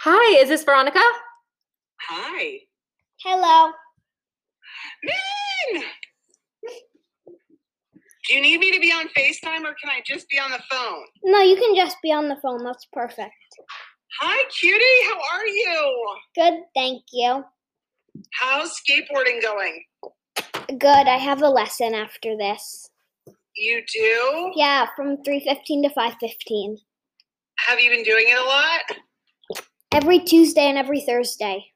Hi, is this Veronica? Hi. Hello. Min! Do you need me to be on FaceTime or can I just be on the phone? No, you can just be on the phone. That's perfect. Hi, cutie. How are you? Good, thank you. How's skateboarding going? Good. I have a lesson after this. You do? Yeah, from 3:15 to 5:15. Have you been doing it a lot? Every Tuesday and every Thursday.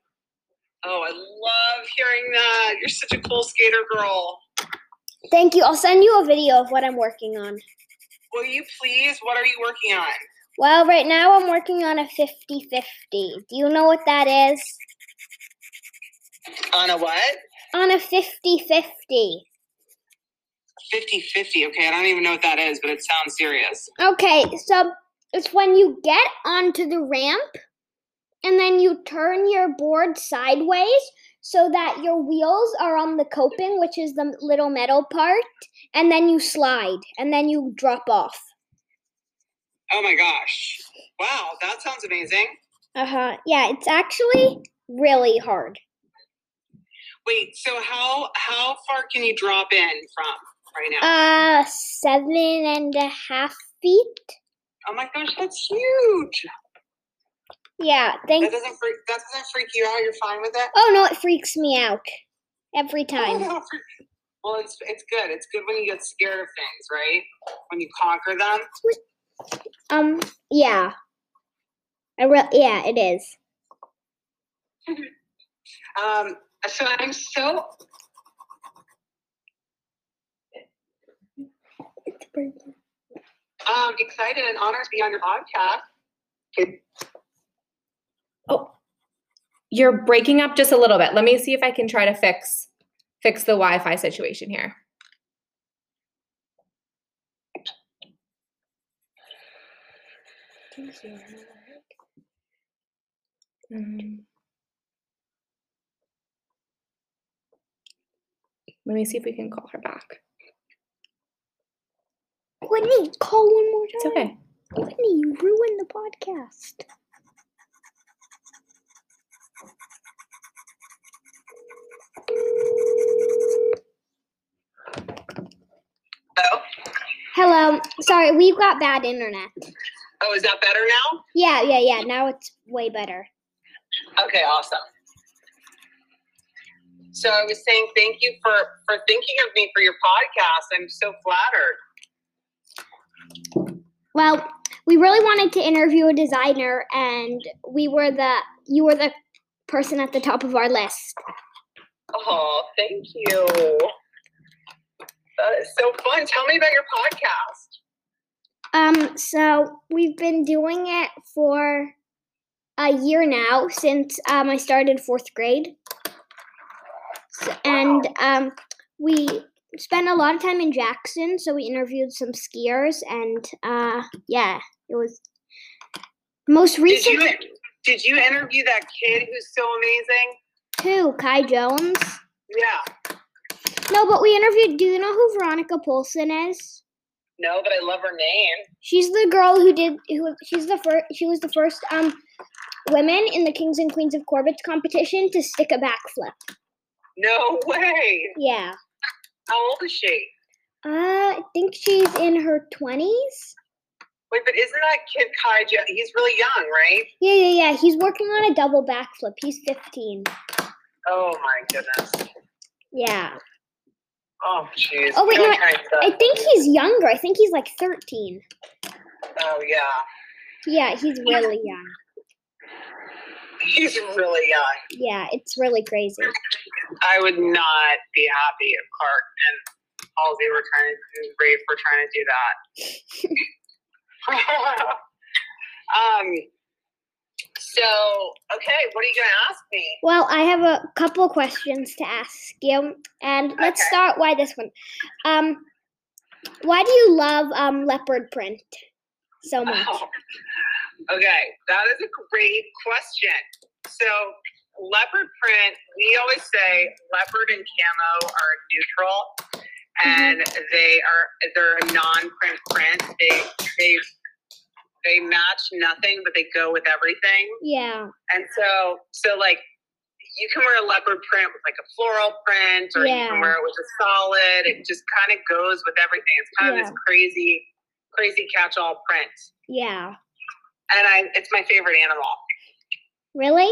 Oh, I love hearing that. You're such a cool skater girl. Thank you. I'll send you a video of what I'm working on. Will you please? What are you working on? Well, right now I'm working on a 50/50. Do you know what that is? On a what? On a 50/50. 50 50. Okay, I don't even know what that is, but it sounds serious. Okay, so it's when you get onto the ramp and then you turn your board sideways so that your wheels are on the coping, which is the little metal part, and then you slide and then you drop off. Oh my gosh. Wow, that sounds amazing. Uh Uh-huh. huh. Yeah, it's actually really hard. Wait, so how how far can you drop in from right now? Uh, seven and a half feet. Oh my gosh, that's huge. Yeah, That thank. doesn't freak that doesn't freak you out. You're fine with that. Oh no, it freaks me out every Oh, time. no, freak- Well, it's it's good. It's good when you get scared of things, right? When you conquer them. Um, yeah. I re- yeah, it is. Um, so I'm so um, excited and honored to be on your podcast. You're breaking up just a little bit. Let me see if I can try to fix fix the Wi-Fi situation here. Um, let me see if we can call her back. Whitney, call one more It's time. okay. Whitney, you ruined the podcast. Oh, Hello. Sorry, we've got bad internet. oh, is that better now? Yeah, yeah, yeah. Now it's way better. Okay, awesome. So I was saying thank you for for thinking of me for your podcast. I'm so flattered. Well, we really wanted to interview a designer, and we were the you were the person at the top of our list. Oh, thank you. That is so fun. Tell me about your podcast. Um, so we've been doing it for a year now since um, I started fourth grade, S- and um, we spent a lot of time in Jackson. So we interviewed some skiers, and uh, yeah, it was most Did recent you did you interview that kid who's so amazing? too, Kai Jones. Yeah. No, but we interviewed. Do you know who Veronica Polson is? No, but I love her name. She's the girl who did who she's the first she was the first um women in the Kings and Queens of Corbett's competition to stick a backflip. No way. Yeah. How old is she? Uh, I think she's in her 20s. Wait, but isn't that kid Kai? Jo- He's really young, right? Yeah, yeah, yeah. He's working on a double backflip. He's 15. Oh my goodness. Yeah. Oh jeez. Oh, wait, Don't no, try and I stuff. think he's younger. I think he's like 13. Oh yeah. Yeah, he's really young. He's really young. Yeah, it's really crazy. I would not be happy if Clark and Halsey were trying to brave for trying to do that. um. So okay, what are you gonna ask me? Well, I have a couple questions to ask you, and let's Okay. start why this one. Um, why do you love um leopard print so much? Oh. Okay, that is a great question. So, leopard print, we always say leopard and camo are neutral Mm-hmm. and they are they're a non-print print. They they They match nothing, but they go with everything. Yeah. And so, so like you can wear a leopard print with like a floral print, or you Yeah. can wear it with a solid. It just kind of goes with everything. It's kind of Yeah. this crazy, crazy catch-all print. Yeah. And I, it's my favorite animal. Really?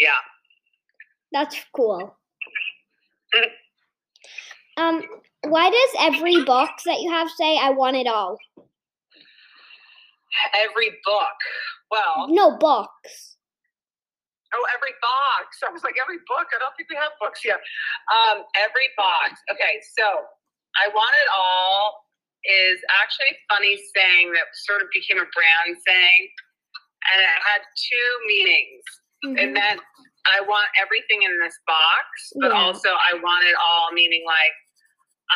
Yeah. That's cool. Mm. Um, why does every box that you have say I want it all? Every book. Well, No box. oh, every box. I was like, every book. I don't think we have books yet. Um, every box. Okay, so I want it all is actually a funny saying that sort of became a brand saying, and it had two meanings. It Mhm. meant I want everything in this box, but Yeah. also I want it all, meaning like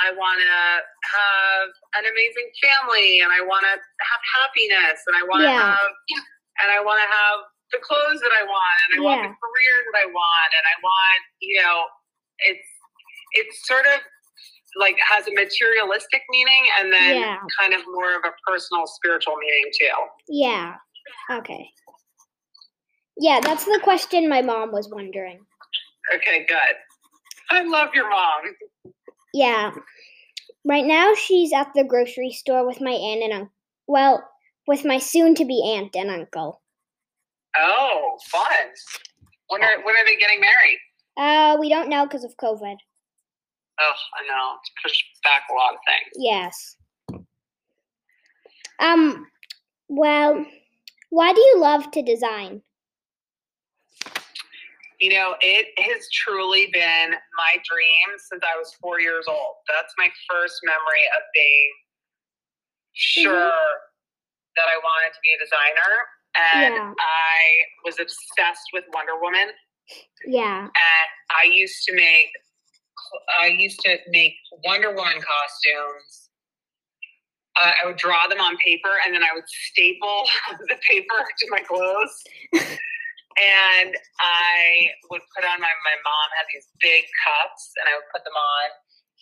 I want to have an amazing family, and I want to have happiness, and I want to Yeah. have, and I want to have the clothes that I want, and I want the career that I want, and I want, you know, it's it's sort of like has a materialistic meaning, and then Yeah. kind of more of a personal, spiritual meaning too. Yeah. Okay. Yeah, that's the question my mom was wondering. Okay, good. I love your mom. Yeah. Right now she's at the grocery store with my aunt and uncle. Well, with my soon to be aunt and uncle. Oh, fun. When are when are they getting married? Uh, we don't know because of COVID. Oh, I know. It's pushed back a lot of things. Yes. Um, well, why do you love to design? You know, it has truly been my dream since I was four years old. That's my first memory of being sure that I wanted to be a designer. And Yeah. I was obsessed with Wonder Woman. Yeah. and I used to make I used to make Wonder Woman costumes. Uh, I would draw them on paper and then I would staple the paper to my clothes. and I would put on my my mom had these big cuffs and I would put them on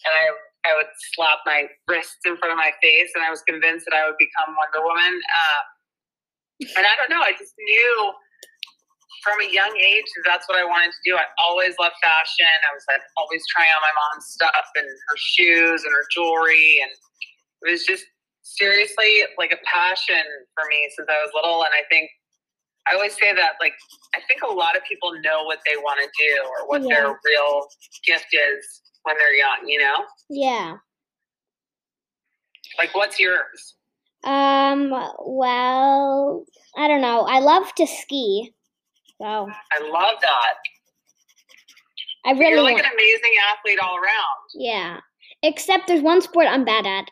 and I I would slap my wrists in front of my face and I was convinced that I would become Wonder Woman. Uh, and I don't know, I just knew from a young age that that's what I wanted to do. I always loved fashion. I was like always trying on my mom's stuff and her shoes and her jewelry, and it was just seriously like a passion for me since I was little. And I think I always say that like I think a lot of people know what they want to do or what their Yeah. real gift is when they're young. You know, Yeah. like what's yours? Um, well, I don't know. I love to ski. So, I love that. I really You're like want- an amazing athlete all around. Yeah. Except there's one sport I'm bad at.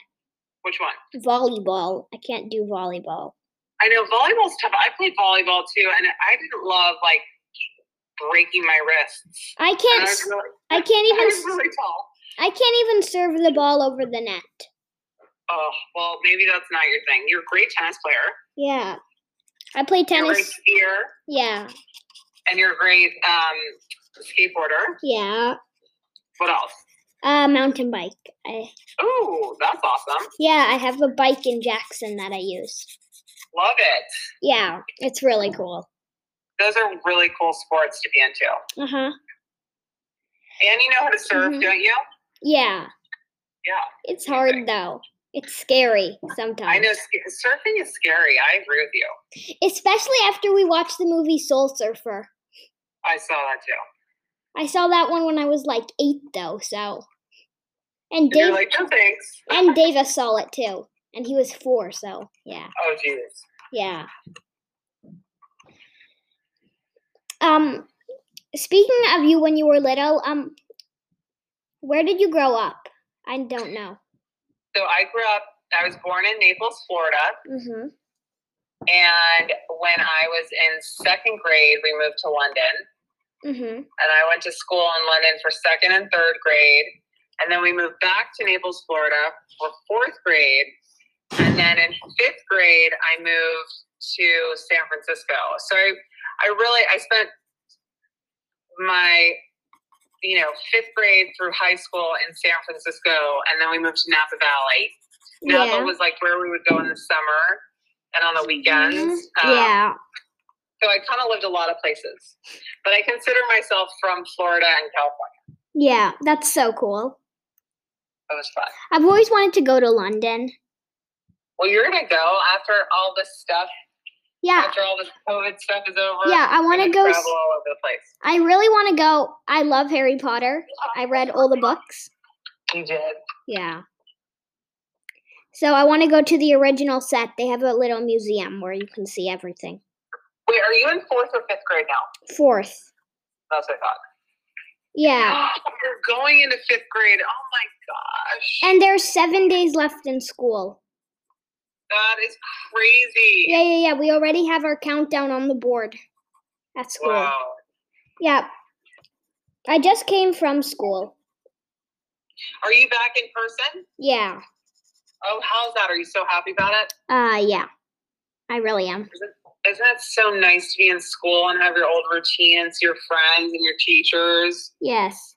Which one? Volleyball. I can't do volleyball. I know volleyball's tough. I played volleyball too, and I didn't love like breaking my wrists. I And can't I was s- really, I can't I even was s- really tall. I can't even serve the ball over the net. Oh well, maybe that's not your thing. You're a great tennis player. Yeah. I play You're a great tennis. skier, Yeah. and you're a great um, skateboarder. Yeah. What else? Uh, mountain bike. I, Ooh, that's awesome. yeah, I have a bike in Jackson that I use. Love it. Yeah, it's really cool. Those are really cool sports to be into. Uh huh. And you know how to surf, Mhm. don't you? Yeah, Yeah. it's hard though. It's scary sometimes. I know sk- surfing is scary. I agree with you. Especially after we watched the movie Soul Surfer. I saw that too. I saw that one when I was like eight though, so. And And you're Dave like, no thanks. and Davis saw it too, and he was four, so yeah, Oh, jeez. yeah. Um, speaking of you when you were little, um, where did you grow up? I don't know. So I grew up, I was born in Naples, Florida. Mm-hmm. And when I was in second grade, we moved to London. Mm-hmm. And I went to school in London for second and third grade. And then we moved back to Naples, Florida for fourth grade. And then in fifth grade, I moved to San Francisco. So I, I really, I spent my, you know, fifth grade through high school in San Francisco. And then we moved to Napa Valley. Napa Yeah. was like where we would go in the summer. and on the weekends. Um, yeah. So I kind of lived a lot of places, but I consider myself from Florida and California. Yeah. That's so cool. It was fun. I've always wanted to go to London. Well, you're gonna go after all this stuff, Yeah. after all this COVID stuff is over. Yeah. I you're want to gonna go. s- travel all over the place. I really want to go. I love Harry Potter. I read all the books. You did. Yeah. So I want to go to the original set. They have a little museum where you can see everything. Wait, are you in fourth or fifth grade now? Fourth. That's what I thought. Yeah. You're going into fifth grade. Oh my gosh. And there's seven days left in school. that is crazy. Yeah, yeah, yeah. We already have our countdown on the board at school. Wow. Yeah. I just came from school. Are you back in person? Yeah. Oh, how's that? Are you so happy about it? Uh yeah. I really am. Isn't that so nice to be in school and have your old routines, your friends, and your teachers? Yes.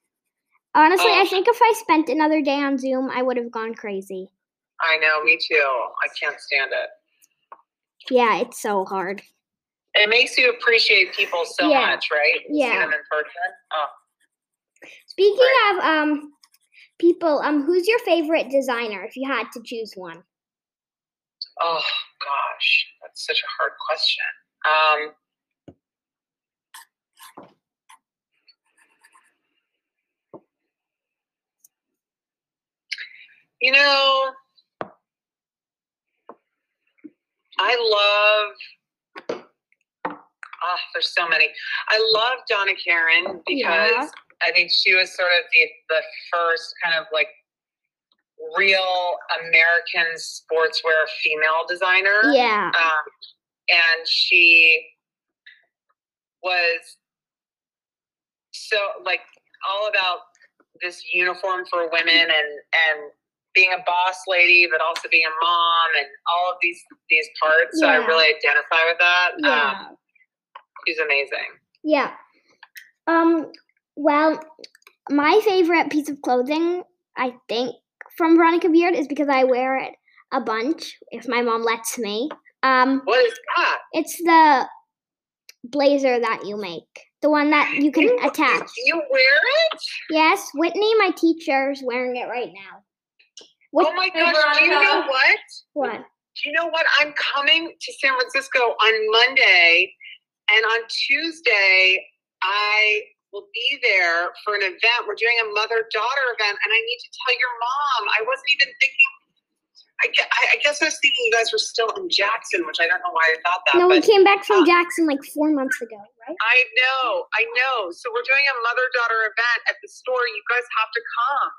Honestly, I Oh. think if I spent another day on Zoom, I would have gone crazy. I know, me too. I can't stand it. Yeah, it's so hard. It makes you appreciate people so Yeah. much, right? You See Yeah. them in person. Oh, Speaking of um people, um who's your favorite designer if you had to choose one? oh gosh, that's such a hard question. Um, you know, I love. Ah, there's so many. I love Donna Karen because Yeah. I think she was sort of the the first kind of like real American sportswear female designer. Yeah. Um, and she was so like all about this uniform for women and and being a boss lady, but also being a mom and all of these these parts. So Yeah. I really identify with that. Um, Yeah. she's amazing. Yeah. Um well, my favorite piece of clothing, I think, from Veronica Beard is because I wear it a bunch if my mom lets me. Um What is that? it's the blazer that you make. The one that you can You- attach. You wear it? Yes, Whitney, my teacher, is wearing it right now. What- Oh my Hey, gosh! Do you know Veronica. what? What? do you know what? I'm coming to San Francisco on Monday, and on Tuesday, I will be there for an event. We're doing a mother daughter event, and I need to tell your mom. I wasn't even thinking. I, gue- I- I guess I was thinking you guys were still in Jackson, which I don't know why I thought that. No, we but came back from Jackson like four months ago, right? I know, I know. So we're doing a mother daughter event at the store. You guys have to come.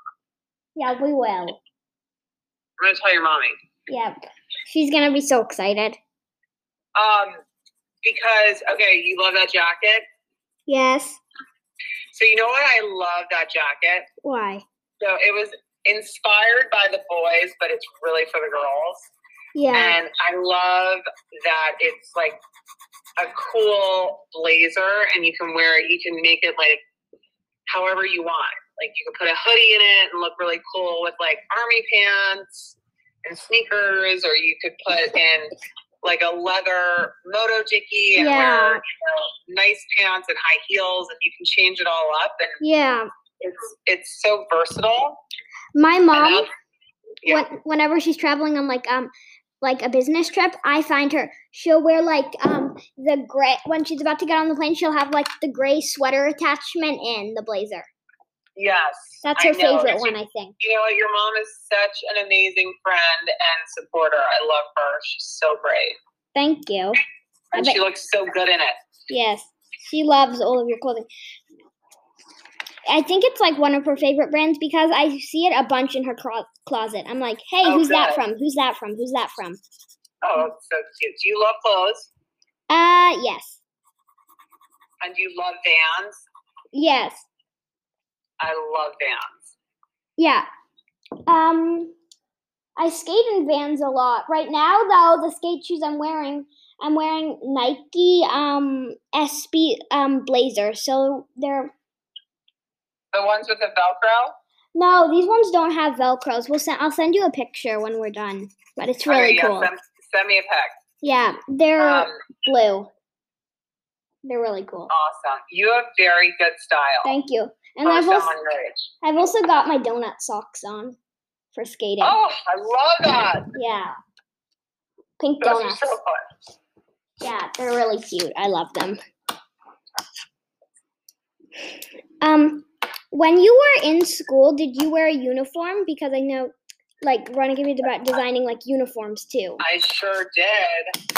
Yeah, we will. I'm going to tell your mommy. Yep. She's gonna be so excited. Um, because okay, you love that jacket. Yes. So you know what? I love that jacket. Why? So it was inspired by the boys, but it's really for the girls. Yeah. And I love that it's like a cool blazer and you can wear it, you can make it like however you want. Like you can put a hoodie in it and look really cool with like army pants and sneakers, or you could put in like a leather moto jicky and Yeah. wear you know, nice pants and high heels and you can change it all up and Yeah. it's it's so versatile. My And mom that's Yeah. when, whenever she's traveling on like um like a business trip, I find her. She'll wear like um the gray when she's about to get on the plane. She'll have like the gray sweater attachment in the blazer. Yes. That's I her know. favorite She- one, I think. You know what? Your mom is such an amazing friend and supporter. I love her. She's so great. Thank you. I And bet- she looks so good in it. Yes, she loves all of your clothing. I think it's like one of her favorite brands because I see it a bunch in her clo- closet. I'm like, hey, Oh, who's that good. from? Who's that from? Who's that from? Oh, it's so cute. Do you love clothes? Uh, yes, And do you love vans? yes, I love vans. yeah. Um, I skate in Vans a lot. Right now, though, the skate shoes I'm wearing, I'm wearing Nike um SB um blazer. So they're The ones with the Velcro? no, these ones don't have velcros. We'll send. I'll send you a picture when we're done. But it's really Okay, yeah, cool. Uh, send, send me a pic. Yeah, they're Um, Oh, blue. They're really cool. awesome. You have very good style. Thank you. And for I've also someone your age. I've also got my donut socks on for skating. Oh, I love that. Yeah. Pink Those are donuts. so fun. Yeah, they're really cute. I love them. Um, when you were in school, did you wear a uniform? Because I know, like, Ronna gave me about designing like uniforms too. I sure did.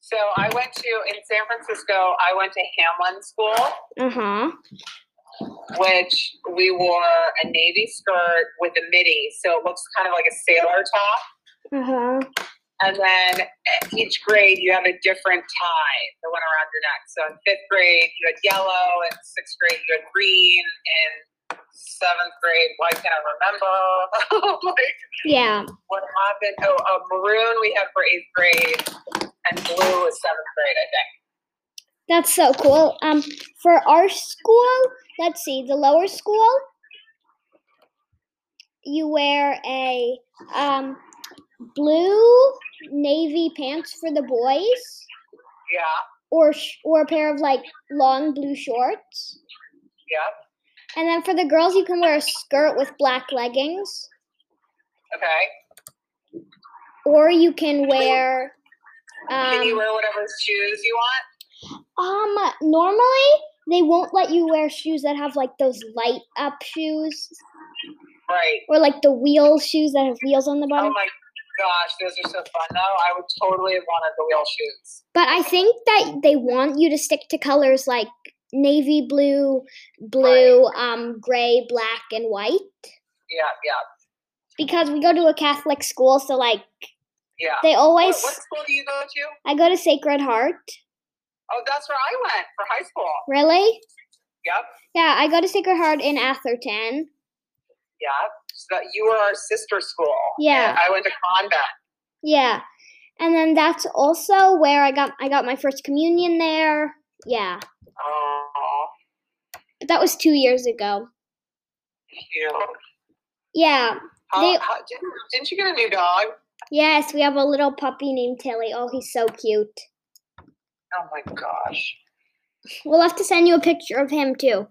So I went to in San Francisco. I went to Hamlin School, Uh huh. which we wore a navy skirt with a midi, so it looks kind of like a sailor top. Uh huh. And then at each grade, you have a different tie that went around your neck. So in fifth grade, you had yellow. In sixth grade, you had green. In seventh grade, why can't I remember? Oh Like, Yeah. what happened? Oh, uh, maroon we had for eighth grade, and blue was seventh grade, I think. That's so cool. Um, for our school, let's see, the lower school, you wear a um, blue navy pants for the boys, Yeah, or sh- or a pair of like long blue shorts, yep, and then for the girls, you can wear a skirt with black leggings, okay. or you can wear. Um, Can you wear whatever shoes you want? Um, normally they won't let you wear shoes that have like those light up shoes Right. or like the wheel shoes that have wheels on the Oh bottom. my gosh, those are so fun though. I would totally have wanted the wheel shoes. But I think that they want you to stick to colors like navy blue, blue, um, gray, black, and white Yeah, yeah, because we go to a Catholic school, so like yeah. they What, always. what school do you go to? I go to Sacred Heart. Oh, that's where I went for high school. Really? Yep, Yeah, I go to Sacred Heart in Atherton. yep. So that- you were our sister school. Yeah. And I went to convent. Yeah. And then that's also where I got I got my first communion there. Yeah. Oh, But that was 2 years ago. cute. Yeah. How, They- how, didn't, didn't you get a new dog? Yes, we have a little puppy named Tilly. Oh, he's so cute. Oh my gosh. We'll have to send you a picture of him too.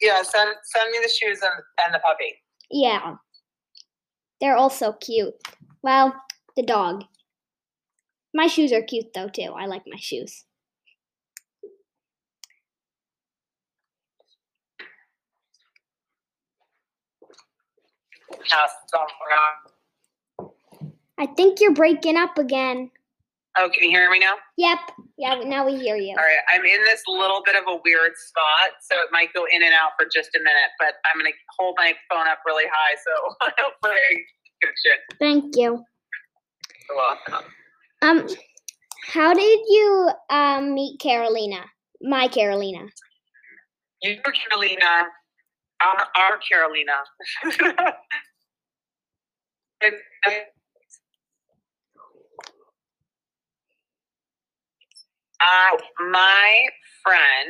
Yeah, send send me the shoes and, and the puppy. Yeah. They're all so cute. Well, the dog. My shoes are cute though too. I like my shoes. Yes, oh my God. I think you're breaking up again. Oh, can you hear me now? Yep. Yeah, now we hear you. All right, I'm in this little bit of a weird spot, so it might go in and out for just a minute, but I'm gonna hold my phone up really high so hopefully I can shit. Thank you. You're welcome. Um, how did you um meet Carolina? My Carolina. You Carolina, our, our Carolina. And- and- Uh, my friend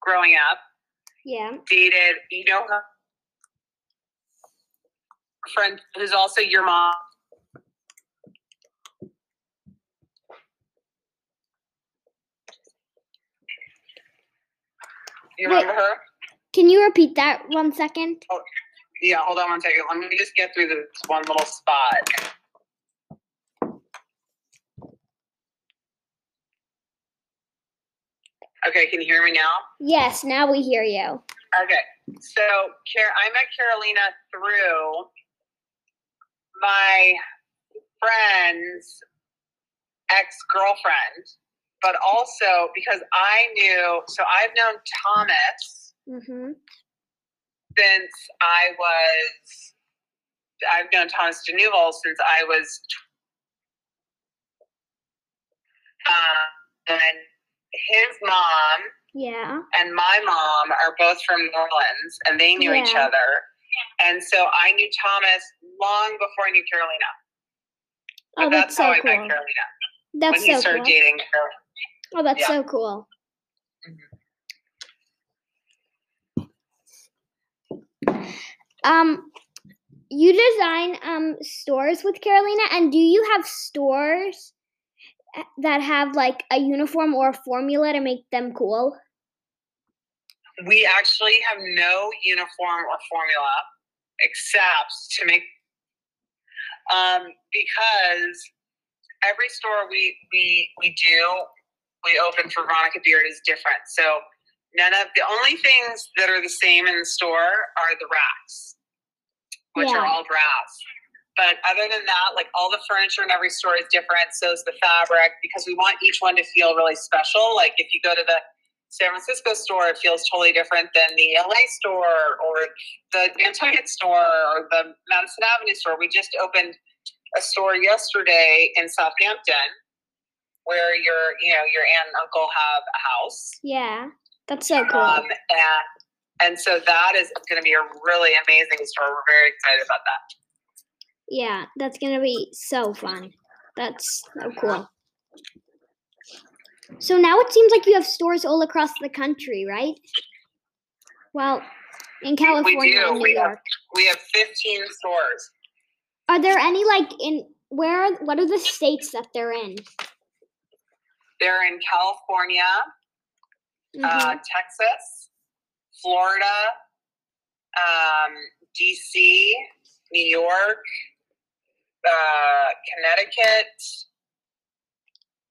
growing up Yeah. dated, you know, her friend who's also your mom. You Wait. remember her? Can you repeat that one second? Yeah, hold on one second. Let me just get through this one little spot. Okay, can you hear me now? Yes. Now we hear you. Okay, so Car- I met Carolina through my friend's ex girlfriend, but also because I knew, so I've known Thomas Mm-hmm. since I was, I've known Thomas DeNuval since I was, uh, and his mom Yeah. and my mom are both from New Orleans, and they knew each Yeah. other. And so I knew Thomas long before I knew Carolina. Oh, But that's, that's, how so I met cool. Carolina when That's he so started cool. dating Carolina. Mm-hmm. Oh, that's yeah. so cool. Um, you design um stores with Carolina, and do you have stores a- that have like a uniform or a formula to make them cool? We actually have no uniform or formula except to make um, because every store we we we do we open for Veronica Beard is different. So none of the only things that are the same in the store are the racks, which are Yeah. all brass. But other than that, like all the furniture in every store is different. So is the fabric because we want each one to feel really special. Like if you go to the San Francisco store, it feels totally different than the LA store or the Nantucket store or the Madison Avenue store. We just opened a store yesterday in Southampton where your you know your aunt and uncle have a house. Yeah, that's so Oh, cool. Um, and, and so that is going to be a really amazing store. We're very excited about that. yeah, that's gonna be so fun. That's so cool. So now it seems like you have stores all across the country, right? Well, in California do, and New we have- York. We have 15 stores. Are there any like in where? are- What are the states that they're in? They're in California, uh, Mhm. Texas, Florida, um, DC, New York, uh, Connecticut.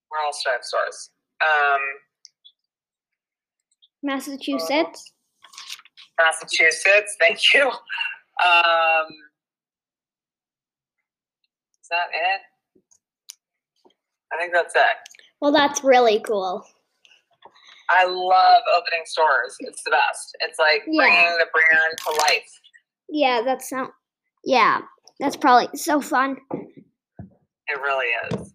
Where else do I have stores? Um, Massachusetts. Massachusetts. Thank you. Um, is that it? I think that's it. Well, that's really cool. I love opening stores. It's the best. It's like Yeah. bringing the brand to life. Yeah, that's sound. Yeah, that's probably so fun. It really is.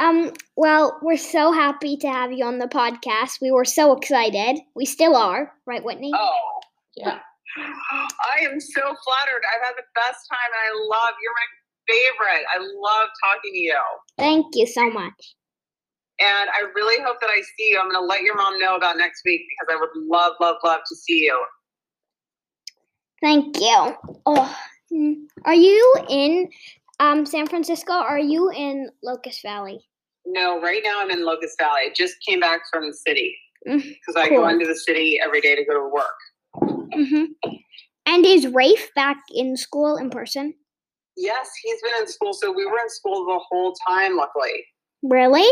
Um, well, we're so happy to have you on the podcast. We were so excited. We still are, right, Whitney? Oh, yeah. I am so flattered. I've had the best time, and I love you're my favorite. I love talking to you, Thank you so much. and I really hope that I see you. I'm going to let your mom know about next week because I would love, love, love to see you. Thank you. Oh, mm. are you in um San Francisco? Or are you in Locust Valley? No, right now I'm in Locust Valley. I just came back from the city Mm, because I cool. go into the city every day to go to work. hmm And is Rafe back in school in person? Yes, he's been in school, so we were in school the whole time. Luckily, Really?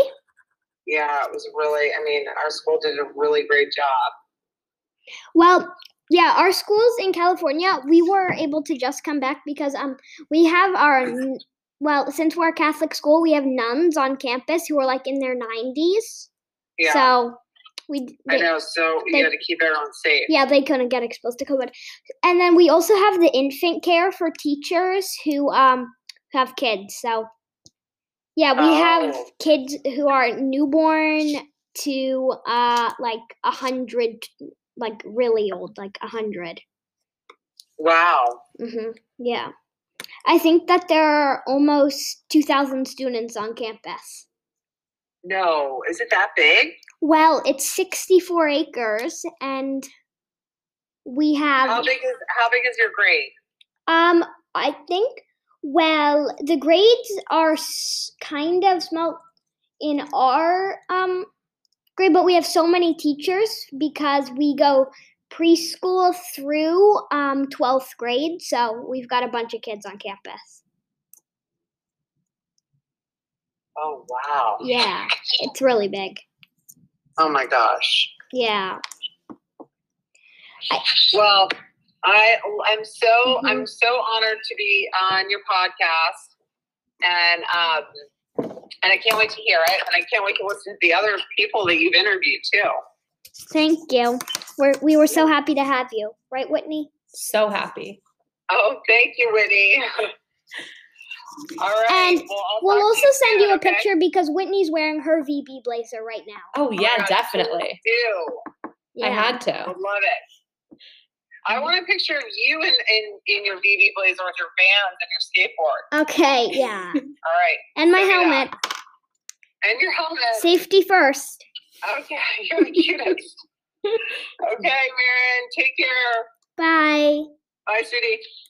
yeah, it was really. I mean, our school did a really great job. Well, yeah, our schools in California, we were able to just come back because um we have our n- well, since we're a Catholic school, we have nuns on campus who are like in their 90s. Yeah, So we d- I they- know. So they- you got to keep everyone safe. yeah, they couldn't get exposed to COVID. And then we also have the infant care for teachers who um have kids. So yeah, we have Oh. kids who are newborn to uh like a hundred, like really old, like a hundred. Wow. Mm-hmm. Yeah. I think that there are almost 2,000 students on campus. No, is it that big? Well, it's 64 acres, and we How have, big is how big is your grade? um, I think, well, the grades are s- kind of small in our um, grade, but we have so many teachers because we go preschool through um, 12th grade, so we've got a bunch of kids on campus. Oh wow. Yeah, it's really big. Oh my gosh. Yeah. Well, I I'm so Mm-hmm. I'm so honored to be on your podcast, and um, and I can't wait to hear it, and I can't wait to listen to the other people that you've interviewed too. Thank you. We're, we were so happy to have you. Right, Whitney? So happy. Oh, thank you, Whitney. All right. And well, I'll We'll talk to also send soon, you a okay? picture because Whitney's wearing her VB blazer right now. Oh my yeah, God, definitely. Do Yeah. I had I to. love it. I want a picture of you in, in, in your VB blazer with your Vans and your skateboard. Okay, yeah. All right. And my Check it out. helmet. And your helmet. Safety first. Okay, you're the cutest. okay, Marin, take care. Bye. Bye, Sudie.